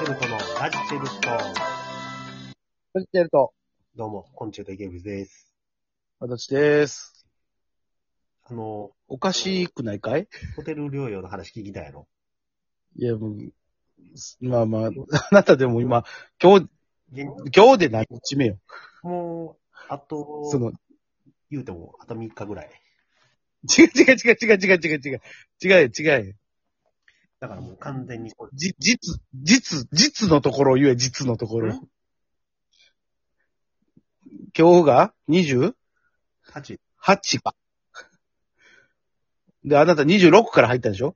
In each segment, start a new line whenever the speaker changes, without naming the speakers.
ラジチェブストーン。
ポジテルト、
どうも、コンチェルトゲブズです。
私です。
あの、
おかしくないかい
ホテル療養の話聞きたいやろ。
いや、もう、まあまあ、 あなたでも今、今日、
現
今日で何日目よ。
もう、あと、
その、
言うても、あと3日ぐらい。
違う違う違う違う違う違う違う。違う違う。
だからもう完全にこれ、
じ、実、実、実のところを言え、実のところ
ん。
今日が28
8、
か。で、あなた26から入ったでしょ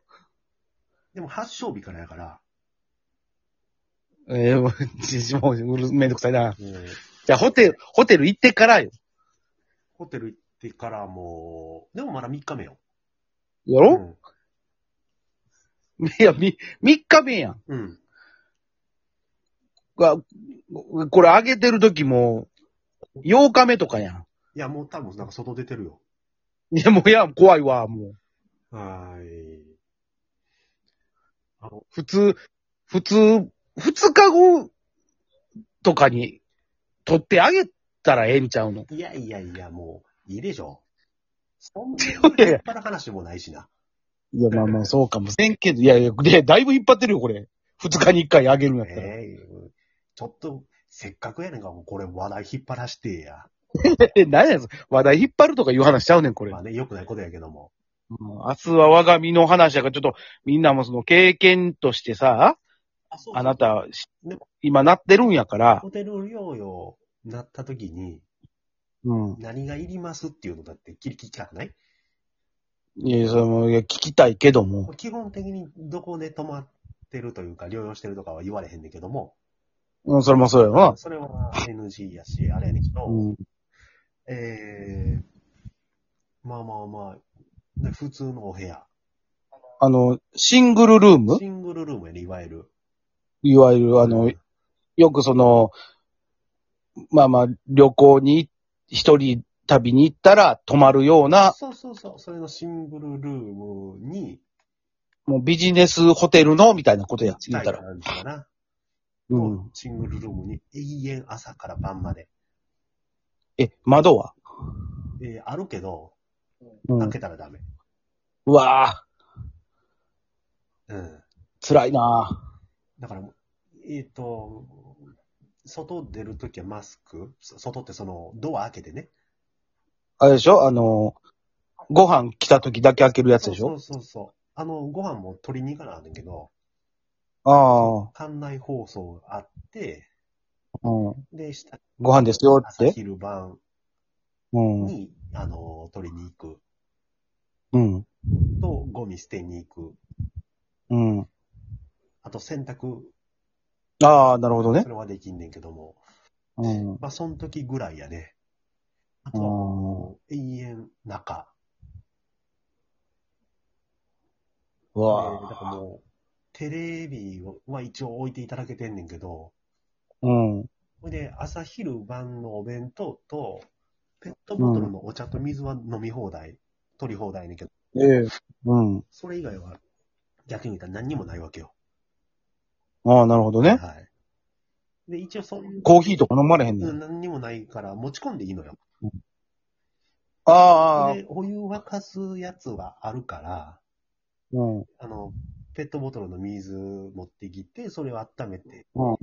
でも発症日からやから、
ええもう じ、もううる、めんどくさいな。
もう
じゃあ、ホテル、ホテル行ってからよ。
ホテル行ってからもう、でもまだ3日目よ。
やろ、 いや、み、三日目やん。
うん。うん。
が、これ上げてる時も、8日目とかや
いや、もう多分なんか外出てるよ。
ん。いや、もういや、怖いわ、もう。
はーい。あの、
普通、普通、二日後とかに取ってあげたらええんちゃうの。
いやいやいや、もう、いいでしょ。そんな、
やいや
立派な話もないしな。
いや、まあまあ、そうかもせんけど、いやいや、で、だいぶ引っ張ってるよ、これ。二日に一回あげるんやったら。
ええちょっと、せっかくやねんから、もうこれ話題引っ張らしてや。
え、何やそれ話題引っ張るとかいう話しちゃうねん、これ。
まあね、良くないことやけども。
うん明日は我が身の話やから、ちょっと、みんなもその経験としてさ、
あ、そ
あな。た、し
で
今なってるんやから、
ホテル療養なった時に、
うん。
何がいりますっていうのだって、きり聞きたくない
いや、それも、いや、聞きたいけども。
基本的にどこで泊まってるというか、療養してるとかは言われへんねんけども、
うん、それもそうやな。
それは NG やし、あれやねんけど、
うん。
ええまあまあまあ、で普通のお部屋。
あの、シングルルーム
シングルルームやね、いわゆる。
いわゆる、あの、よくその、まあまあ、旅行に、一人旅に行ったら泊まるような、
そうそうそう、それのシングルルームに、
もうビジネスホテルの、みたいなことや、言ったら。
感じかな。
うん。
シングルルームに永遠朝から晩まで。
え、窓は
えーあるけど、
う
開
ん。
けたらダメ。
うわ
うん。
ぁ、辛いな
だから、えっ、と、外出るときはマスク。そ外ってその、ドア開けてね。
ぁ。あれでしょあの、ご飯来た時だけ開けるやつでし
そ
ょ
うそうそう。あの、ご飯も取りに行かなあかんねんけど、
あ
館内放送あって、
あ、うん。
で、下、
ご飯ですよっ
朝
て。
昼晩
うん。
に、あの、取りに行く。
うん。
と、ゴミ捨てに行く。
うん。
あと、洗濯。
ああ、なるほどね
そ。れはできんねんけども。
うん。
まあ、その時ぐらいやね。あとはもう、永遠中。え
うわ
ーだからもう、テレビは一応置いていただけてんねんけど、
ぁ。うん。
ほいで、朝昼晩のお弁当と、ペットボトルのお茶と水は飲み放題、取り放題やねんけど、
ええ。うん。
それ以外は、逆に言ったら何にもないわけよ。
ああ、なるほどね。
はい。で、一応そ、う
コーヒーとか飲まれへんねん。
ん何にもないから持ち込んでいいのよ。
ああ、
で、お湯沸かすやつはあるから、
うん、うん。
あの、ペットボトルの水持ってきて、それを温めて、こ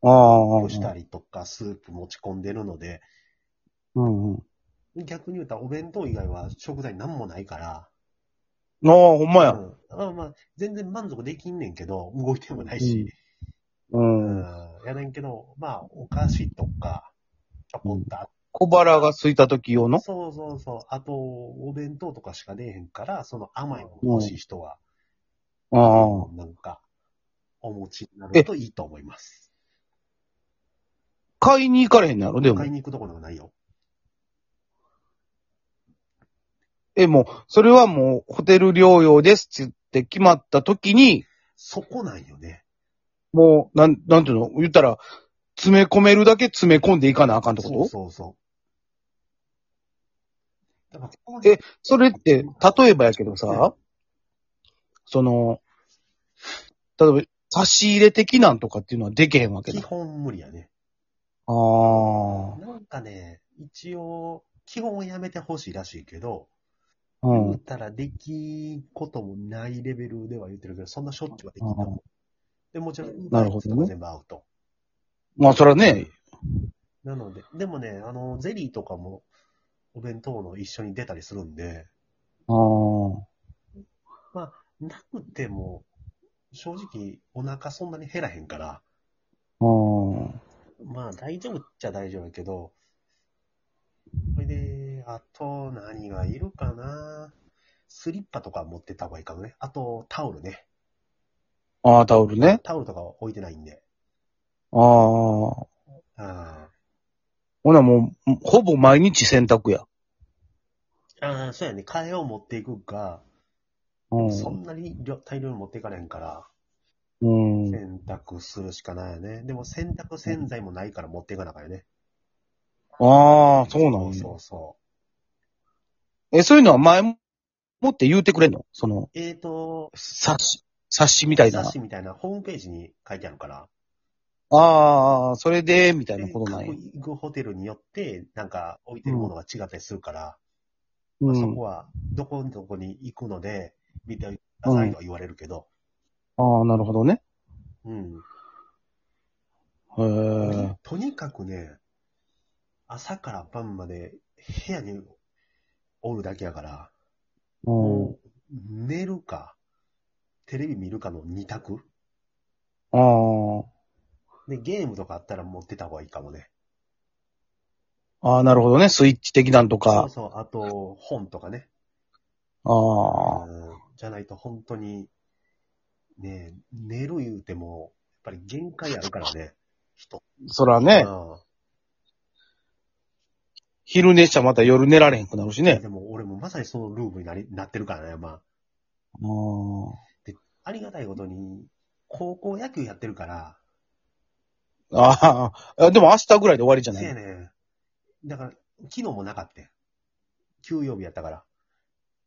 ああ、
うしたりとか、スープ持ち込んでるので、
うん、うん。
逆に言うたらお弁当以外は食材何もないから、
ああ、ほんま
う
や。
んまあまあ、全然満足できんねんけど、動いてもない
うん
し、
うん。
うんやねんけど、まあ、お菓子とか、ちょこっとあっ
小腹が空いた時用の
そうそうそう、あと、お弁当とかしか出えへんから、その甘いもの欲しい人は、
ああ。
なんか、お持ちになるといいと思います。
買いに行かれへんのやろでも
買い。に行くところがないよ。
え、もう、それはもう、ホテル療養ですって言って決まった時に、
そこなんよね。
もう、なん、なんていうの言ったら、詰め込めるだけ詰め込んでいかなあかんってこと
そう
そ
そうそう。だからこの
えれって、例えばやけどさ、その、例えば、差し入れ的なんとかっていうのはできへんわけ
基
だ。
本無理やね。
ああ。
なんかね、一応、基本はやめてほしいらしいけど、
う
言っ
ん。
たらできんこともないレベルでは言ってるけど、そんなしょっちゅうはできんと思う。で、もちろん、
なるほど
バイト
ね
とか全部アウト。
まあ、そらね、
なので、でもね、あの、ゼリーとかも、お弁当の一緒に出たりするんで、
ああ。
なくても、正直、お腹そんなに減らへんから、
ああ。
まあ大丈夫っちゃ大丈夫やけど、それで、あと何がいるかなスリッパとか持ってった方がいいかもね。あと、タオルね。
ああ、タオルね。
タオルとかは置いてないんで。
ああ。ほ
あ
な、もう、ほぼ毎日洗濯や。
ーあー、そうやね。替えを持っていくか、
う
そん
ん。
なに量大量に持っていかれへんから、
うん。
洗濯するしかないよね。でも洗濯洗剤もないから持っていかなあかんよね。
ああ、そうな
そ
ん
う
だ。
そうそ
え、そういうのは前もって言うてくれんのその、
う。えーと、
冊子、冊子みたいな。
雑誌みたいな、ホームページに書いてあるから。
ああ、それで、みたいな
で
ことなんや
各。行くホテルによって、なんか置いてるものが違ったりするから、
う
まあそこ
ん。
はどこどこに行くので、見ておいてくださいとは言われるけど、
ああ、なるほどね。
うん。
へえ。
とにかくね、朝から晩まで部屋におるだけやから、
うん。
もう寝るか、テレビ見るかの二択。
あ
で、ゲームとかあったら持ってた方がいいかもね。
あ。ああ、なるほどね。スイッチ的なん
そ
と
う
か。
そう、あと、本とかね。
ああ。
うんじゃないと本当に、ねえ、寝る言うても、やっぱり限界あるからね、人。
そらね、
うん
昼寝したらまた夜寝られへんくなるしね。
でも俺もまさにそのルーブになりなってるからね、まあ。
あ
ありがたいことに、高校野球やってるから、
あ。ああ。でも明日ぐらいで終わりじゃな
せや
い
ねん。だから、昨日もなかったよ休養日やったから。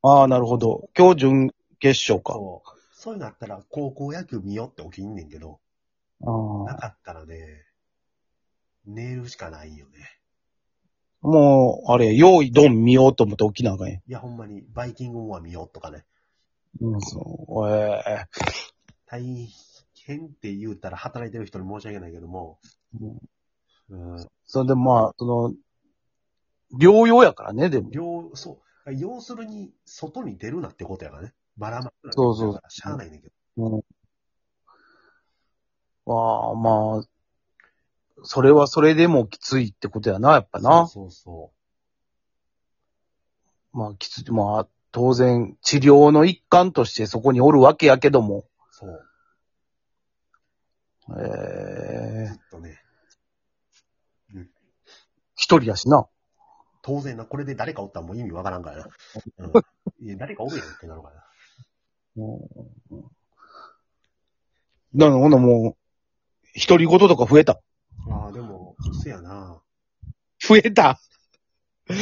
ああ、なるほど。今日準決勝か。
そう。そういうのあったら、高校野球見よって起きんねんけど、
あ
な
あ。
かったらね、寝るしかないよね。
もう、あれ、用意ドン見ようと思って起きなあかんや。
いや、ほんまに、バイキングモア見ようとかね。
うん、そう。ええ
大変って言うたら働いてる人に申し訳ないけども、
うん
うん、
それでまあ、その、療養やからね、でも。
両、そう、要するに、外に出るなってことやからね。ばらまくな
そうそう
だからしゃあないねんけど。
うん、まあまあ、それはそれでもきついってことやな、やっぱな。
そうそう
まあきつい、まあ当然治療の一環としてそこにおるわけやけども。
そう。そう。
ええ
ずっとね、
一人やしな。
当然な、これで誰かおったらもう意味わからんからな。うん、 いや誰かおるやんってなるからな。
うんだからほんなもう、一人ごととか増えた。
ああ、でも、せやな。
増えた
だから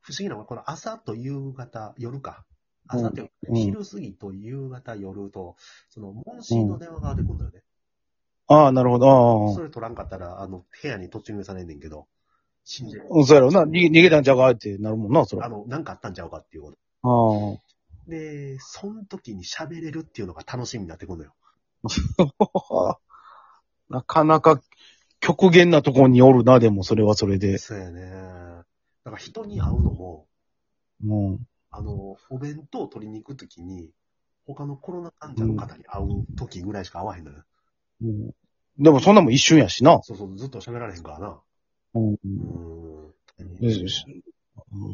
不思議なのは、この朝と夕方、夜か。朝って、
うん
昼過ぎと夕方、夜と、その、問診の電話が出てくるんだよね。
ああ、なるほど。あ
それ取らんかったら、あの、部屋に突入されんねんけど、死んでる
あ。うん、そうやろうな。逃げ逃げたんちゃうかってなるもんな、それ。
あ
あ
の、なんかあったんちゃうかっていうこと。
あ。
で、その時に喋れるっていうのが楽しみになってくるのよ。
なかなか極限なとこにおるな、でもそれはそれで。
そうやね。だから人に会うのも、
うん。
あの、お弁当を取りに行く時に、他のコロナ患者の方に会う時ぐらいしか会わへんのよ。
うんでもそんなもん一瞬やしな。
そうそう、ずっと喋られへんからな。
うん。
うーん。
よしうん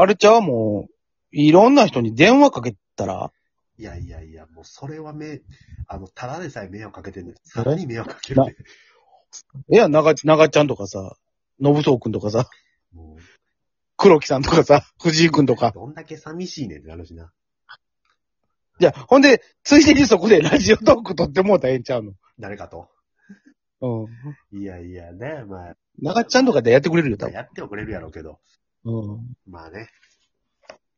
あれちゃうもう、いろんな人に電話かけたら、
いやいやいや、もうそれはめ、あの、ただでさえ迷惑かけてんのに、さらに迷惑かけるね。
いや、長、長ちゃんとかさ、信藤くんとかさ、
もう
黒木さんとかさ、 藤井くんとか。
どんだけ寂しいねんってなるしな。
いや、ほんで、ついでにそこで ラジオトーク撮ってもうたらええんちゃうの。
誰かと。
うん。
いやいや、ね、まあ、
長ちゃんとかでやってくれるよ、多
やってはくれるやろうけど。
分。
まあね。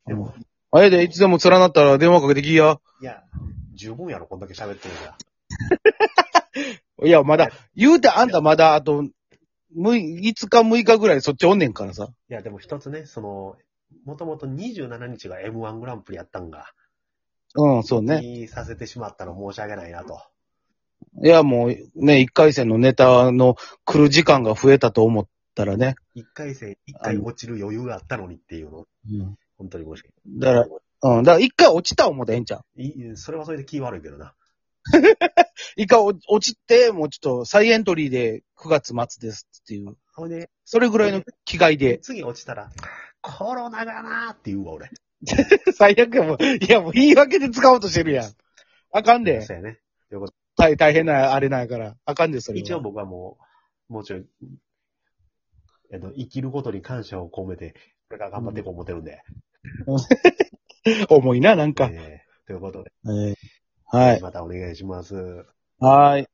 う
で
ん
も、。
あれで、いつでも連なったら電話かけてきいや。
いや、十分やろ、こんだけ喋ってるから。
いや、まだ、言うてあんたまだ、あと、むい5日6日ぐらいそっちおんねんからさ。
いや、でも一つね、その、もともと27日が M1 グランプリやったんが、
うん、そうね。
にさせてしまったの申し訳ないなと。
いや、もうね、1回戦のネタの来る時間が増えたと思ったらね。
一回戦、一回落ちる余裕があったのにっていうの、
うん。
本当に申し訳
だか
な
ら、うん。だから1回落ちた思ったらええんちゃう
い。いいそれはそれで気悪いけどな。
一回お落ちて、もうちょっと再エントリーで9月末ですっていう。
ほいで、
それぐらいの気概で。
次落ちたら、コロナがなーって言うわ、俺。
最悪やもう。いや、もう言い訳で使おうとしてるやん。あかんで。
そうやね。
大大変な、あれなんやから。あかんで、それは。
一応僕はもう、もうちょい、えっと、生きることに感謝を込めて、これから頑張っていこう思ってるんで。
重いな、なんか。
えーということで、
えーはい。
またお願いします。
はい。